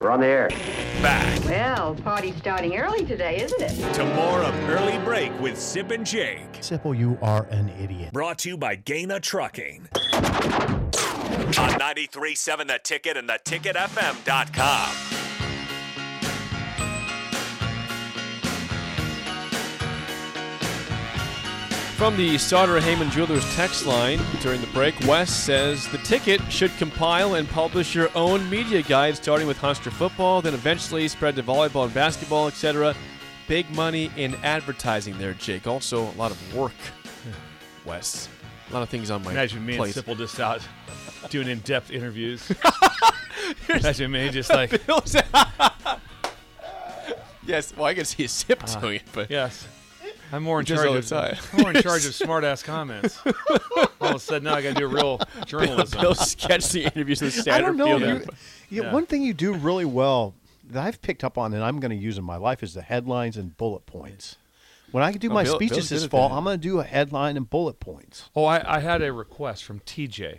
We're on the air. Back Well, party's starting early today, isn't it? to more of Early Break with Sip and Jake. Sipple, you are an idiot. Brought to you by Gaina Trucking. On 93.7 The Ticket and theticketfm.com. From the Sauter Heyman Jewelers text line during the break, Wes says the ticket should compile and publish your own media guide, starting with Hunster football, then eventually spread to volleyball and basketball, etc. Big money in advertising there, Jake. Also, a lot of work, Wes. A lot of things on my Imagine me plate. and Sipple just out doing in-depth interviews. Imagine me just like, yes, well, I can see a sip Uh, doing it, but yes, I'm more in Just charge all of the time. I'm more in charge of smart-ass comments. All of a sudden, now I got to do real journalism. Bill sketched the interviews with Satterfield. I don't know. and- You, you- One thing you do really well that I've picked up on and I'm going to use in my life is the headlines and bullet points. When I do Oh, my Bill- speeches Bill's good this at fall, that. I'm going to do a headline and bullet points. Oh, I, I had a request from TJ.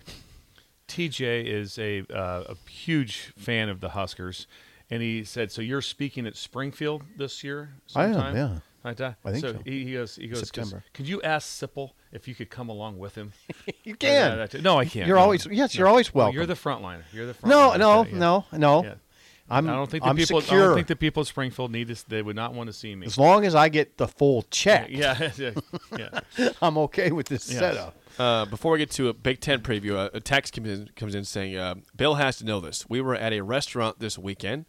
TJ is a uh, a huge fan of the Huskers, and he said, "So you're speaking at Springfield this year? I am, Sometime? yeah. Like that? I think so. He, he goes. He goes. "Just- September. Could you ask Sipple if you could come along with him? You Uh, can. that- no, I can't. You're No. always yes. You're always No, welcome. You're the front liner. You're the front no, liner. no, Yeah, yeah. no, no, Yeah. I'm. I don't think the I'm people. Secure. I don't think the people of Springfield need this. They would not want to see me. as long as I get the full check, yeah, yeah, yeah. I'm okay with this Yes. setup. Uh, before we get to a Big Ten preview, a, a text comes in, comes in saying, uh, Bill has to know this. We were at a restaurant this weekend,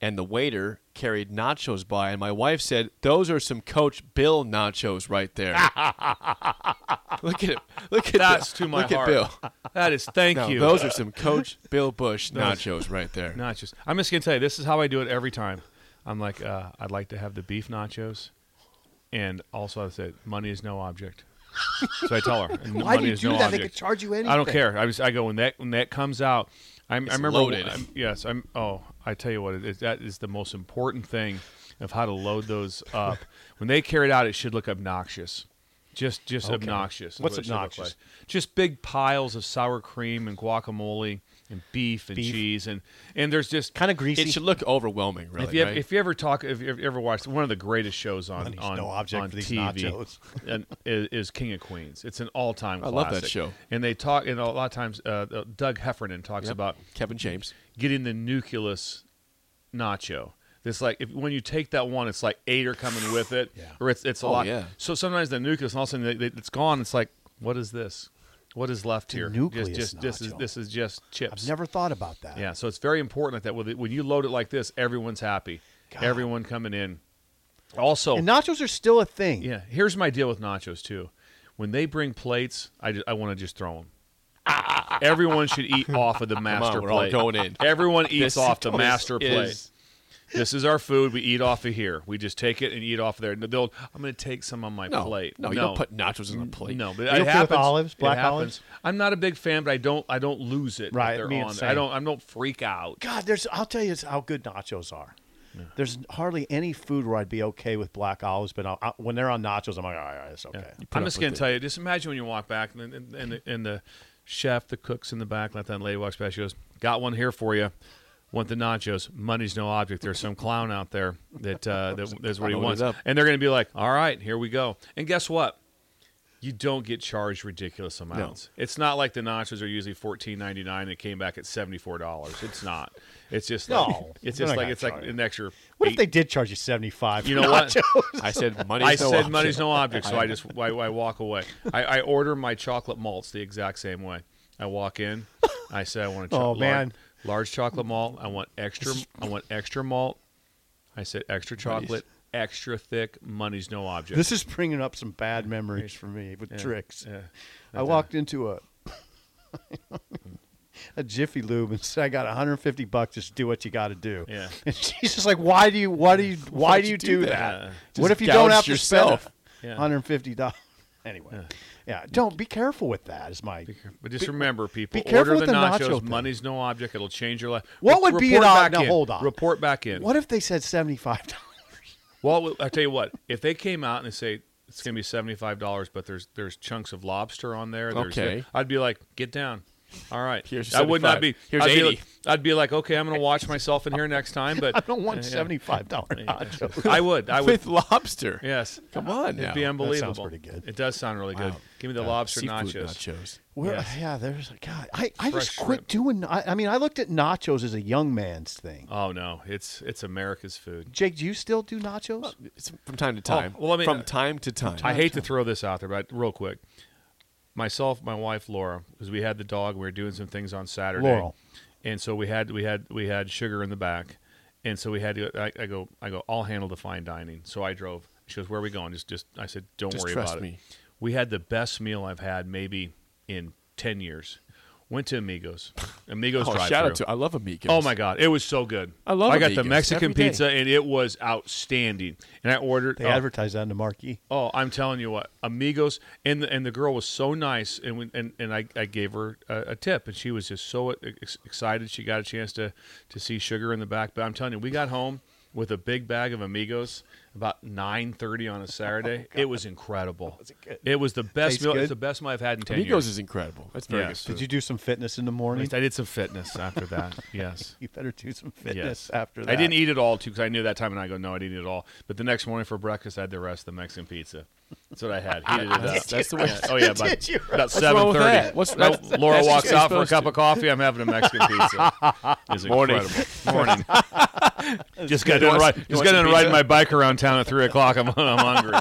and the waiter carried nachos by, and my wife said, Those are some Coach Bill nachos right there. look at it. Look at That's Bill. to my look heart. At Bill. That is. Thank No, you. Those are some Coach Bill Bush nachos right there. Nachos. I'm just gonna tell you, this is how I do it every time. I'm like, uh, I'd like to have the beef nachos, and also I said, money is no object. So I tell her, and Why do money you is do no that? They object. could charge you I don't anything. care. I just I go when that when that comes out. I'm, I remember. loaded. I'm- yes, I'm. Oh, I tell you what, it is, that is the most important thing of how to load those up. when they carry it out, it should look obnoxious. Just, just obnoxious. is What's what it should look obnoxious? like. Just big piles of sour cream and guacamole and beef and cheese and and there's just Kind of greasy. It should look overwhelming, really. if you, right? if you ever talk, if you ever watched one of the greatest shows on Money's on, no object on for these TV, nachos. and is, is King of Queens. It's an all time. I love that show. And they talk, and a lot of times, uh, uh, Doug Heffernan talks Yep. about Kevin James. getting the nucleus nacho. It's like if, when you take that one, it's like eight are coming with it, or it's it's a Oh, lot. yeah. So sometimes the nucleus, and all of a sudden they, they, it's gone. It's like, what is this? What is left here? Just- nucleus just, this is nacho. this is just chips. I've never thought about that. Yeah, so it's very important that with it- when you load it like this, everyone's happy. Everyone coming in. Also, And nachos are still a thing. yeah, here's my deal with nachos too. When they bring plates, I, ju- I want to just throw them. Everyone should eat off of the master we're all plate. going in. Everyone eats This off the is- master plate. is- This is our food. We eat off of here. We just take it and eat off of there. No, They'll, I'm going to take some on my No, plate. no, you don't put nachos on a plate. No, but okay it with happens. olives, It black happens. olives? I'm not a big fan, but I don't. I don't lose it. if Right, they're me on. insane. I don't. I don't freak out. God, there's. I'll tell you how good nachos are. There's hardly any food where I'd be okay with black olives, but I'll, I, when they're on nachos, I'm like, all right, all right, it's okay. I'm just going to tell you. Just imagine when you walk back, and and, and, the, and the chef, the cooks in the back, let that lady walks by. She goes, "Got one here for you. Want the nachos? Money's no object. There's some clown out there that uh, that that's what he Load it wants." up. And they're going to be like, "All right, here we go." And guess what? You don't get charged ridiculous amounts. It's not like the nachos are usually fourteen ninety nine. It came back at seventy four dollars. It's not. It's just like, No, It's they're just not like gonna it's like charge you. an extra. What eight- if they did charge you seventy five? You know what? I said money. I said money's no object, so I just I, I walk away. I, I order my chocolate malts the exact same way. I walk in, I say I want a cho- Oh, lar- man. large chocolate malt. I want extra. I want extra malt. I said extra chocolate, extra thick. Money's no object. This is bringing up some bad memories for me with tricks. I walked into a. a Jiffy Lube and said, "I got 150 bucks. Just do what you got to do." Yeah. And she's just like, "Why do you? Why do you? Why Why'd do you you do do that? that? Yeah. What Just if you don't have gouged yourself. to spend Yeah. 150 dollars?" Anyway, yeah. Don't be careful with that. Is my But just remember, people, be careful order with the, the nachos. nacho thing. Money's no object. It'll change your life. What would be an Report odd- back now, in. hold on. Report back in. What if they said 75 dollars? Well, I tell you what. If they came out and they say it's going to be seventy five dollars, but there's there's chunks of lobster on there. There's Okay. I'd be like, get down. All right. Here's I would not 75. be. Here's I'd be 80. like, I'd be like, okay, I'm going to watch myself in here next time. But I don't want Yeah. 75 dollars nachos. I would. I would. with lobster. Yes. Come on now. It'd be unbelievable. pretty good. It does sound really good. Wow. Give me the Uh, lobster seafood nachos. nachos. Where, Yes. Yeah, there's God. I, I just Fresh quit doing. I, I mean, I looked at nachos as a young man's thing. Oh no, it's it's America's food. Jake, do you still do nachos? It's from time to time. well, I mean, from uh, time to time. I hate to throw this out there, but real quick, myself, my wife Laura, because we had the dog, we were doing some things on Saturday, Laurel. and so we had we had we had sugar in the back, and so we had to. I, I go, I go, I'll handle the fine dining. So I drove. She goes, where are we going? Just, just. I said, don't Just worry trust about me. it. We had the best meal I've had maybe in ten years. Went to Amigos. Amigos. Oh, drive shout out to I love Amigos. Oh my god, it was so good. I love I got Amigos the every Mexican day. pizza and it was outstanding. And I ordered. They oh, advertise that in the marquee. Oh, I'm telling you what, Amigos, and the, and the girl was so nice, and we, and and I, I gave her a, a tip, and she was just so ex- excited she got a chance to to see sugar in the back. But I'm telling you, we got home with a big bag of Amigos about 9:30 on a Saturday. it was incredible. It was the best Tastes meal. It's good? the best meal I've had in 10 Amigos years. is incredible. That's very Yeah. good. Did Food. you do some fitness in the At morning? least I did some fitness after that. Yes. You better do some fitness Yes. after that. I didn't eat it all too because I knew that time, and I go, no, I didn't eat it all. But the next morning for breakfast, I had the rest of the Mexican pizza. That's what I had. Heated it up. That's, that's the way. Yeah. Oh yeah, about, Did you about What's wrong seven with thirty. that? What's- no, that's- Laura that's what walks you're out for a supposed cup to. of coffee. I'm having a Mexican pizza. It's Morning. incredible. Morning. just got done want- ride, you Just want got some done riding pizza? my bike around town at three o'clock. I'm, I'm hungry.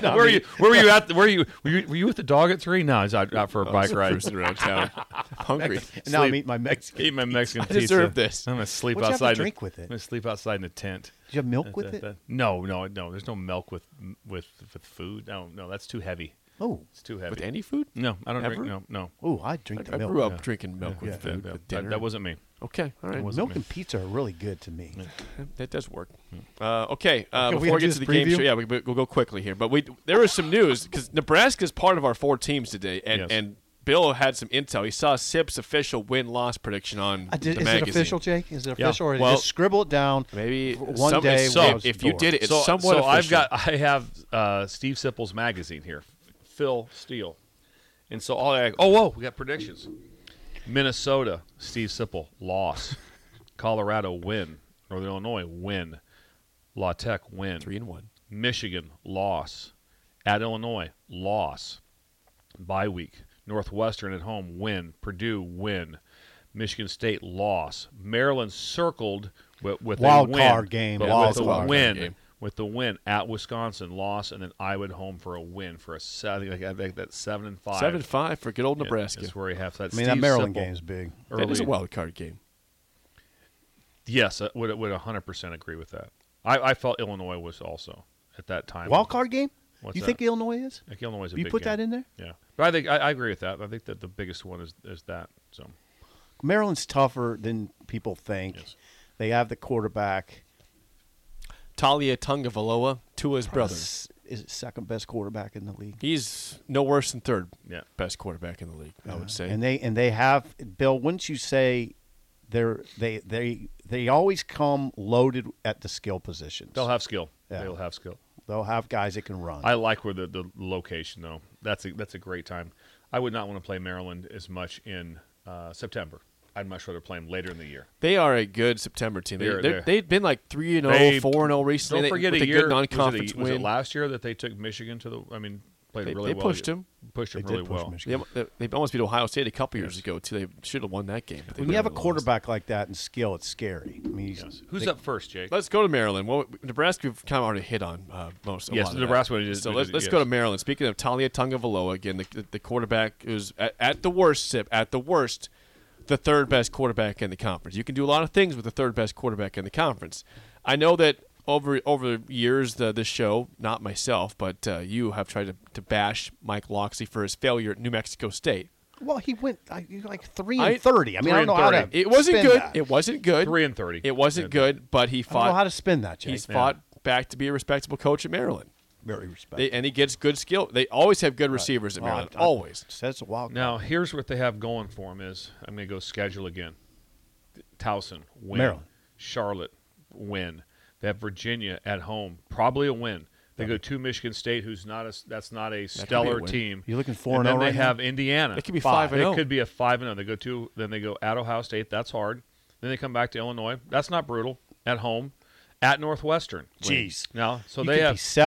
where were you? Where were you at? Where you? Were you, were you with the dog at three? No, I was out, out for a Oh, bike ride. Cruising around town, hungry. And now I'm sleep. eating my Mexican. Eat my Mexican I pizza. deserve this. I'm gonna sleep What'd you have to outside. drink in, with it? I'm gonna sleep outside in a tent. Did you have milk with That- it? that- No, no, no. There's no milk with with with food. No, no, that's too heavy. Oh, It's too heavy. With any food? no, I don't Ever? drink. No, no. oh, I drink I, the I milk. grew up drinking milk with Yeah. food. That- with that, dinner. that wasn't me. okay. All right. milk and pizza are really good to me. That does work. Hmm. Uh, okay, uh, Can we before we get do to the this game preview? show, yeah, we, we'll go quickly here. But we there was some news because Nebraska is part of our four teams today, and, Yes. and Bill had some intel. He saw Sip's official win loss prediction on I did, the is it magazine. official, Jake? Is it Yeah. official, or did you Well, just scribble it down? Maybe for one some- day. so- when I if, was you bored? did it, it's so, somewhat official. so I've got I have uh, Steve Sippel's magazine here, Phil Steele, and so all I oh whoa we got predictions. Minnesota, Steve Sipple loss. Colorado win. Northern Illinois win. La Tech win. three and one. Michigan loss. At Illinois loss. Bye week. Northwestern at home win. Purdue win. Michigan State loss. Maryland circled with, with Wild a win, card game. but Wild with a card game. win. game. With the win at Wisconsin loss, and then Iowa at home for a win for a seven. I think- I think that's seven and five. Seven five for good old Nebraska. That's where you have that. I mean, that Steve Maryland Sipple game's big. that is a early- wild card game. Yes, I would would hundred percent agree with that. I, I felt Illinois was also at that time Wild card game? What's you that? think Illinois is? Like Illinois is a You big put game. that in there? Yeah, but I think I, I agree with that. I think that the biggest one is is that. So Maryland's tougher than people think. They have the quarterback. Talia Tungavaloa, Tua's brother. S- Is it second best quarterback in the league? He's no worse than third Yeah. best quarterback in the league. I would say. And they and they have Bill. Wouldn't you say they're they they they always come loaded at the skill positions? they'll have skill. Yeah. They'll have skill. They'll have guys that can run. I like where the, the location though. That's a that's a great time. I would not want to play Maryland as much in uh, September. I'd much rather play them later in the year. They are a good September team. They, They are, they're- they're- they've been like three and They- zero, four and zero recently. Don't They- forget with a a year good was non-conference it, a- was it win. last year that they took Michigan to the. I mean, played They- really they well. pushed 'em. Pushed They them did really push well. Michigan. They, they, they almost beat Ohio State a couple years ago too. They should have won that game. but they when you have a lost. quarterback like that and skill, it's scary. I mean, he's, Yes. Who's up first, Jake? Let's go to Maryland. Well, Nebraska we've kind of already hit on uh, most. a Yes, lot of Nebraska that. we just- So we let's, did- let's yes. go to Maryland. Speaking of Talia Tungavaloa again, the, the quarterback who's at, at the worst, Sip, at the worst, the third best quarterback in the conference. You can do a lot of things with the third best quarterback in the conference. I know that over over the years, the, this show, not myself, but uh, you have tried to, to bash Mike Loxley for his failure at New Mexico State. Well, he went I, you know, like three I- and thirty. I mean, I don't know how to. 3 and It wasn't spin good. that. It wasn't good. Three and 30. It wasn't good, but he I don't know how fought. to spin that. Jake. He's fought back to be a respectable coach at Maryland. very respectful. They, and he gets good skill. They always have good receivers at Well, Maryland. I- I- always. says a wild. Now, here's what they have going for them is I'm going to go schedule again. Towson, win. Maryland. Charlotte, win. They have Virginia at home, probably a win. They go to Michigan State, who's not a that's not a be a stellar win. team. You're looking 4 and and then 0 they right now? have Indiana. It could be 5 and It oh. 0. could be a five and zero. They go to then they go at Ohio State. That's hard. Then they come back to Illinois. That's not brutal. At home, at Northwestern. Jeez. Now, so You they could have be seven.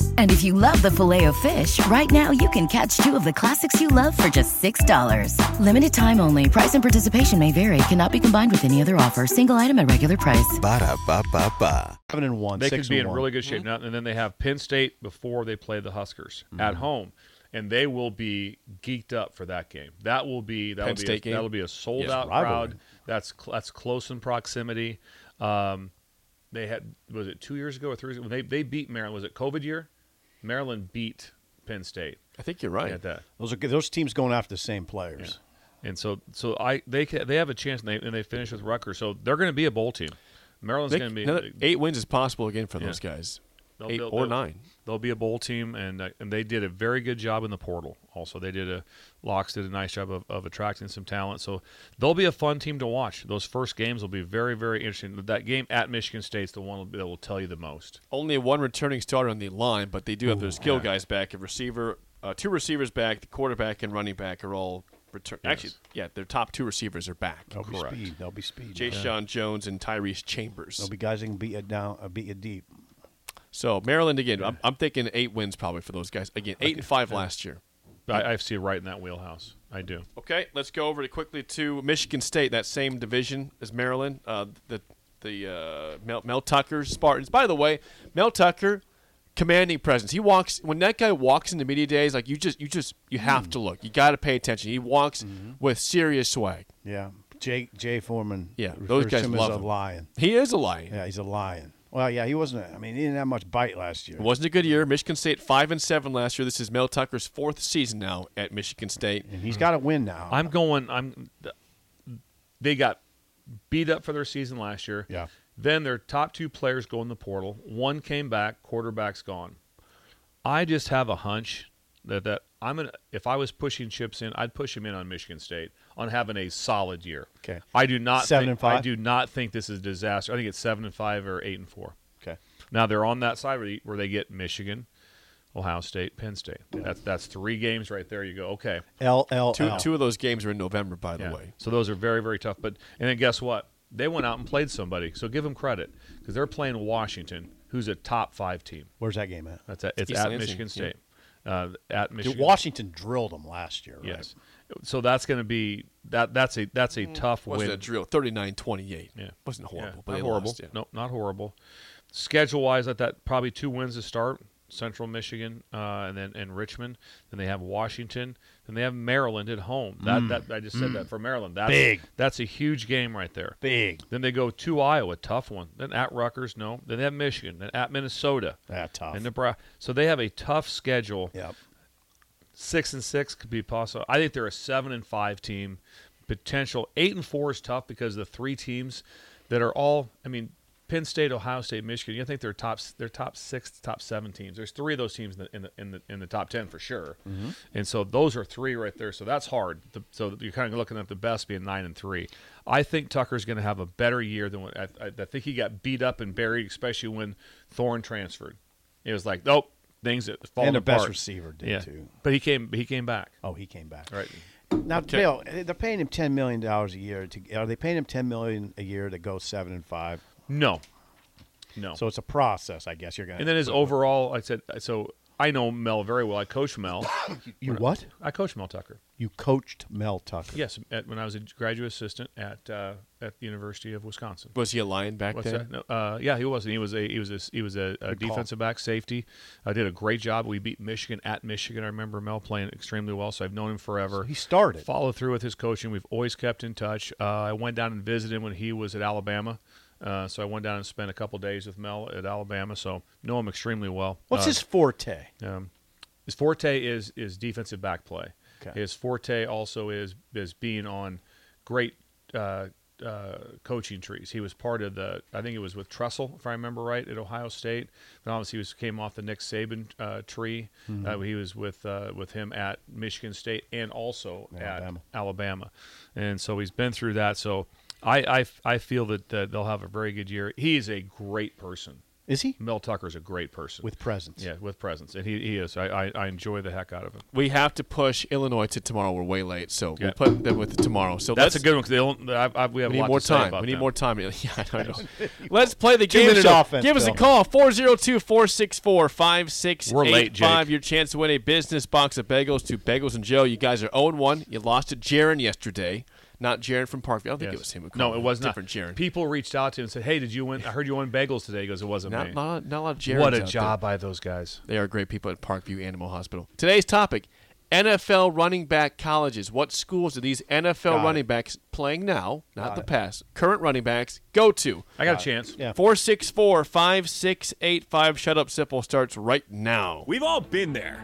And if you love the filet of fish, right now you can catch two of the classics you love for just $6. Limited time only. Price and participation may vary. Cannot be combined with any other offer. Single item at regular price. Ba-da-ba-ba-ba. Seven and one. they six could be and in one. really good shape now. And then they have Penn State before they play the Huskers at Mm-hmm. home, and they will be geeked up for that game. That will be that Penn will be State a, game? that'll be a sold Yes, out rivalry. crowd. That's cl- that's close in proximity. Um, they had was it two years ago or three years ago? They they beat Maryland. Was it COVID year? Maryland beat Penn State I think you're right. at that. Those are good. Those teams going after the same players. And so, so I they ca- they have a chance, and they and they finish with Rutgers, so they're going to be a bowl team. Maryland's They- going to be another- eight wins is possible again for those Yeah. guys. They'll- eight they'll- or they'll- nine. They'll be a bowl team, and uh, and they did a very good job in the portal. Also, they did a locks did a nice job of, of attracting some talent. So they'll be a fun team to watch. Those first games will be very very interesting. That game at Michigan State's the one that will tell you the most. Only one returning starter on the line, but they do have their skill guys back. A receiver, uh, two receivers back. The quarterback and running back are all return. Actually, yeah, their top two receivers are back. They'll be speed. They'll be speed. Jay Sean Jones and Tyrese They'll Chambers. be guys that can beat you down, uh, beat you deep. So Maryland again. I'm, I'm thinking eight wins probably for those guys. Again, eight and five last year. I, I see right in that wheelhouse. I do. Okay, let's go over to quickly to Michigan State, that same division as Maryland. Uh, the the uh, Mel, Mel Tucker Spartans. By the way, Mel Tucker, commanding presence. He walks when that guy walks into media days. Like you just you just you have to look. You got to pay attention. He walks Mm-hmm. with serious swag. Yeah. Jay Jay Foreman. Yeah, refers those to guys him love as him. a lion. He is a lion. Yeah, he's a lion. Well, yeah, he wasn't. I mean, he didn't have much bite last year. It wasn't a good year. Michigan State five and seven last year. This is Mel Tucker's fourth season now at Michigan State. And he's got to win now. I'm going. I'm. They got beat up for their season last year. Yeah. Then their top two players go in the portal. One came back. Quarterback's gone. I just have a hunch that that I'm gonna. If I was pushing chips in, I'd push him in on Michigan State on having a solid year. Okay. I do not Seven thi- and five? I do not think this is a disaster. I think it's seven and five or eight and four. okay. Now they're on that side where they, where they get Michigan, Ohio State, Penn State. That's that's three games right there. You go okay. L L Two L. two of those games are in November, by the Yeah. way. So those are very, very tough. But and then guess what? They went out and played somebody. So give them credit because they're playing Washington, who's a top five team. Where's that game at? That's at, it's East at Lansing, Michigan yeah. State. Uh, at Michigan. Dude, Washington drilled him last year. Right? Yes. So that's going to be that. That's a that's a tough Wasn't win. a drill. 39-28. Yeah. Wasn't horrible, Yeah, but not they horrible. lost, yeah. Nope, not horrible. Schedule wise, at that probably two wins to start. Central Michigan, uh, and then and Richmond. Then they have Washington. Then they have Maryland at home. That, that I just said that for Maryland. That's Big. That's a huge game right there. Big. Then they go to Iowa, tough one. Then at Rutgers, no. Then they have Michigan. Then at Minnesota. Yeah, tough. And Nebraska. So they have a tough schedule. Yep. Six and six could be possible. I think they're a seven and five team. Potential eight and four is tough because the three teams that are all. I mean, Penn State, Ohio State, Michigan. You think they're top? They're top six, top seven teams. There's three of those teams in the in the in the, in the top ten for sure. Mm-hmm. And so those are three right there. So that's hard. The- so you're kind of looking at the best being nine and three. I think Tucker's going to have a better year than what I, I, I think he got beat up and buried, especially when Thorne transferred. It was like, nope, things that fall and the apart. best receiver did yeah, too. but he came. He came back. Oh, he came back. Right. Now, Bill, eh, they're paying him ten million dollars a year. To are they paying him ten million a year to go seven and five? No. No. So it's a process, I guess. You're going. and then his overall, like I said. So I know Mel very well. I coached Mel. you what? I coached Mel Tucker. You coached Mel Tucker. Yes, at, when I was a graduate assistant at uh, at the University of Wisconsin. Was he a lion back What's then? that? No, uh, yeah, he was. He was a he was a he was a, a defensive back, safety. I did a great job. We beat Michigan at Michigan. I remember Mel playing extremely well, so I've known him forever. He started. Follow through with his coaching. We've always kept in touch. Uh, I went down and visited him when he was at Alabama. Uh, so I went down and spent a couple days with Mel at Alabama. So know him extremely well. What's Uh, his forte? um, his forte is is defensive back play. Okay. His forte also is is being on great uh, uh, coaching trees. He was part of the I think it was with Tressel if I remember right at Ohio State. But obviously he was came off the Nick Saban uh, tree. Uh, Mm-hmm. he was with uh, with him at Michigan State and also Alabama. at Alabama, and so he's been through that. So. I, I, I feel that uh, they'll have a very good year. He is a great person. Is he Mel Tucker's a great person. with presence? Yeah, with presence, and he, he is. I, I I enjoy the heck out of him. We have to push Illinois to tomorrow. We're way late, so Yeah. we'll put them with tomorrow. So That's let's- a good one because they I've, I've, we have We need a lot more to say time. about We need them. more time. Yeah, I know. Let's play the game Two-minute show. offense, Give us a Bill. call 402-464-5685. We're late, Jake. Your chance to win a business box of bagels to Bagels and Joe. You guys are 0-1. You lost to Jaron yesterday. Not Jaron from Parkview. I don't think Yes. it was him. who No, called. it was not. Different Jaron. People reached out to him and said, "Hey, did you win? I heard you won bagels today." He goes, "It wasn't Not, me." not, not a lot of Jarons what out a there. job by those guys. They are great people at Parkview Animal Hospital. Today's topic NFL running back colleges. What schools do these NFL it. running backs playing now, not the past, current running backs go to? I got a chance. Yeah. Four six four five six eight five. Shut up, Simple starts right now. We've all been there.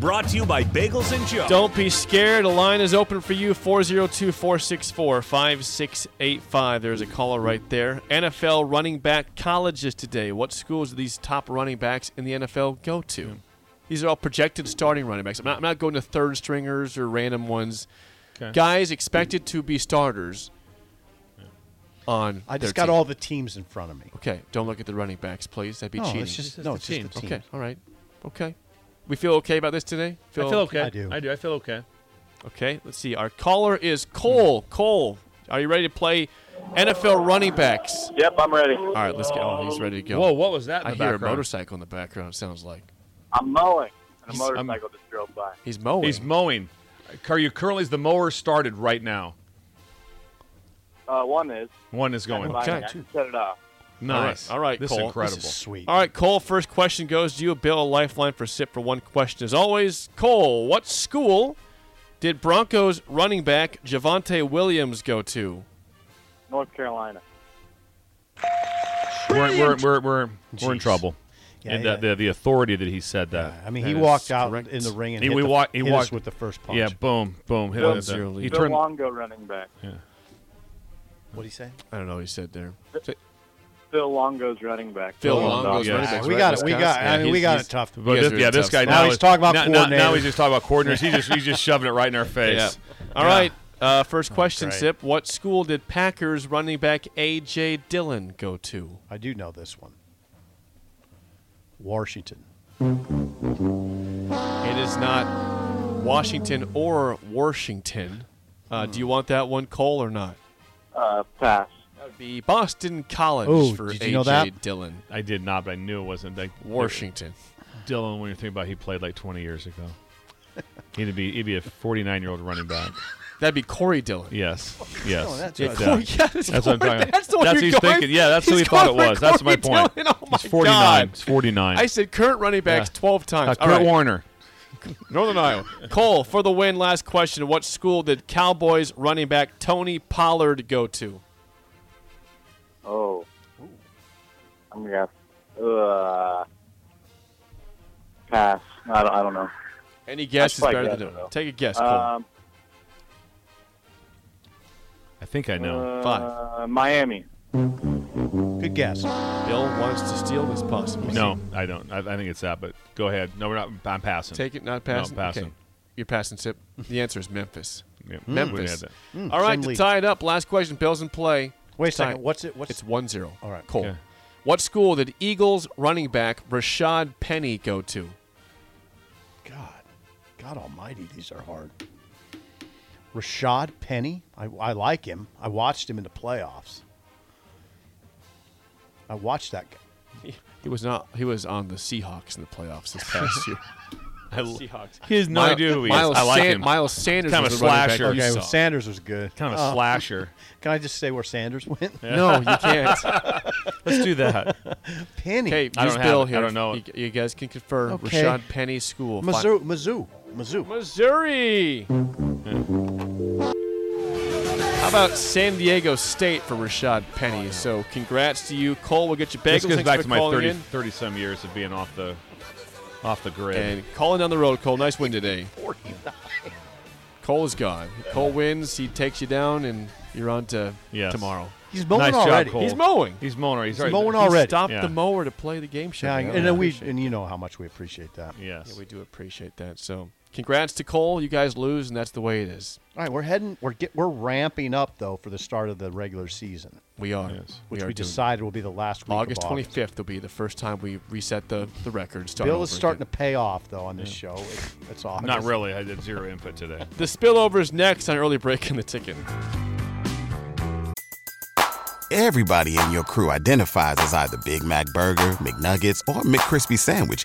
Brought to you by Bagels and Joe. Don't be scared. A line is open for you 402 464 5685. There's a caller right there. NFL running back colleges today. What schools do these top running backs in the NFL go to? These are all projected starting running backs. I'm not, I'm not going to third stringers or random ones. Guys expected to be starters on. I just their got team. all the teams in front of me. Okay, don't look at the running backs, please. That'd be No, cheating. it's just no, it's just the Oh, teams. okay, all right. Okay. We feel okay about this today? I feel okay. I do. I do. I feel okay. Okay, let's see. Our caller is Cole. Cole, are you ready to play NFL running backs? Yep, I'm ready. All right, let's get. Oh, he's ready to go. Whoa, what was that? In I the hear a background? motorcycle in the background. It sounds like I'm mowing, and a He's- motorcycle just drove by. he's mowing. He's mowing. Are you currently? The mower started right now. Uh, one is. One is going. Never mind, okay. I just Set it off. Nice. All right, all right, This Cole. is This incredible. This is sweet. All right, Cole. First question goes to you. Bill, a lifeline for sip for one question as always. Cole, what school did Broncos running back Javante Williams go to? North Carolina. we're, we're, we're, we're, we're in Jeez. trouble. Yeah, and yeah. The, the the authority that he said that. I mean, That he is walked out correct. in the ring and He- hit, we the, walk- he hit walked- us with the first punch. Yeah, boom, boom. Hit Bill- him with the- Zero he lead. Bill turned. Longo running back. What do you say? I don't know. what He said there. Phil Longo's running back. Phil Phil Longo's yeah. running back. we got it. We got. I mean, we got it tough. But guys this, are yeah, in this tough guy spots. now, Now he's is- talking about now, now, now coordinators. he's just talking about coordinators. He's just he's just shoving it right in our Yeah. face. All right. Uh, Oh, first question, great. Sip. What school did Packers running back A.J. Dillon go to? I do know this one. Washington. It is not Washington or Washington. Uh, Do you want that one, Cole, or not? Uh, pass. That would be Boston College Ooh, for did A.J. you know that? Dillon. I did not, but I knew it wasn't. Like, Washington. Dylan, when you think about, it, he played like 20 years ago. He'd be he'd be a 49 year old running back. That'd be Corey Dillon. Yes, yes. Oh, that's Yeah, what yeah. Corey- yeah, that's, That's what I'm Corey- talking about. That's the one That's you're what he's going- thinking. Yeah, that's he's what he thought it going was. That's my Corey point. Dillon. Oh my He's 49. God. He's 49. I said current running backs Yeah. 12 times. Uh, All Kurt right. Warner. Northern Iowa. Cole, for the win, last question. What school did Cowboys running back Tony Pollard go to? Oh. I'm gonna guess. Uh, pass. I don't, I don't know. Um, Any That's guess is like better that, than no. though. Take a guess, Cole. Um, I think I know. Five. Uh, Miami. Good guess. Bill wants to steal this possibility. no, I don't. I, I think it's that. But go ahead. No, we're not. I'm passing. Take it, not passing. No, passing. Okay. You're passing, Sip. The answer is Memphis. Yeah, Hmm. we already had Memphis. that. Hmm, All right, Slim to lead. tie it up, last question. Bill's in play. Wait a It's tied. second. What's it? What's It's 1 0. All right. Cole. Okay. What school did Eagles running back Rashad Penny go to? God, God Almighty, these are hard. Rashad Penny, I, I like him. I watched him in the playoffs. I watched that. guy. He was not. He was on the Seahawks in the playoffs this past year. Seahawks. He has no Miles, idea who he is. Miles I like San- him. Miles Sanders Kind of was a the running back slasher. you Okay, Well, saw. Sanders was good. Kind of Uh, slasher. Can I just say where Sanders went? No, you can't. Let's do that. Penny. Okay, I use don't have Bill it. I here. don't know You, it. you guys can confer Okay. Rashad Penny school. Fi- Mizzou, Mizzou, Mizzou. Missouri. How about San Diego State for Rashad Penny? So congrats to you, Cole. We'll get you bagels. Oh, This goes Thanks back for to my calling 30, in. 30 some years of being off the off the grid. And Colin down the road, Cole. Nice win today. Cole is gone. Cole wins. He takes you down, and you're on to Yes. tomorrow. He's mowing nice already. job, Cole. He's mowing. He's mowing already. He's, already- mowing he's- already. Stop Yeah. the mower to play the game show. Yeah, man. and then we Appreciate and you know how much we appreciate that. Yes. Yeah, we do appreciate that. So, congrats to Cole. You guys lose, and that's the way it is. All right, we're heading. We're get, we're ramping up though for the start of the regular season, We are. Yes. We which are we, doing- decided will be the last week. August of twenty August. fifth will be the first time we reset the the record. Start Bill is starting to pay off though on this show. It's, it's August. Not really. I did zero input today. The spillover is next on early break in the ticket. Everybody in your crew identifies as either Big Mac Burger, McNuggets, or McCrispy Sandwich.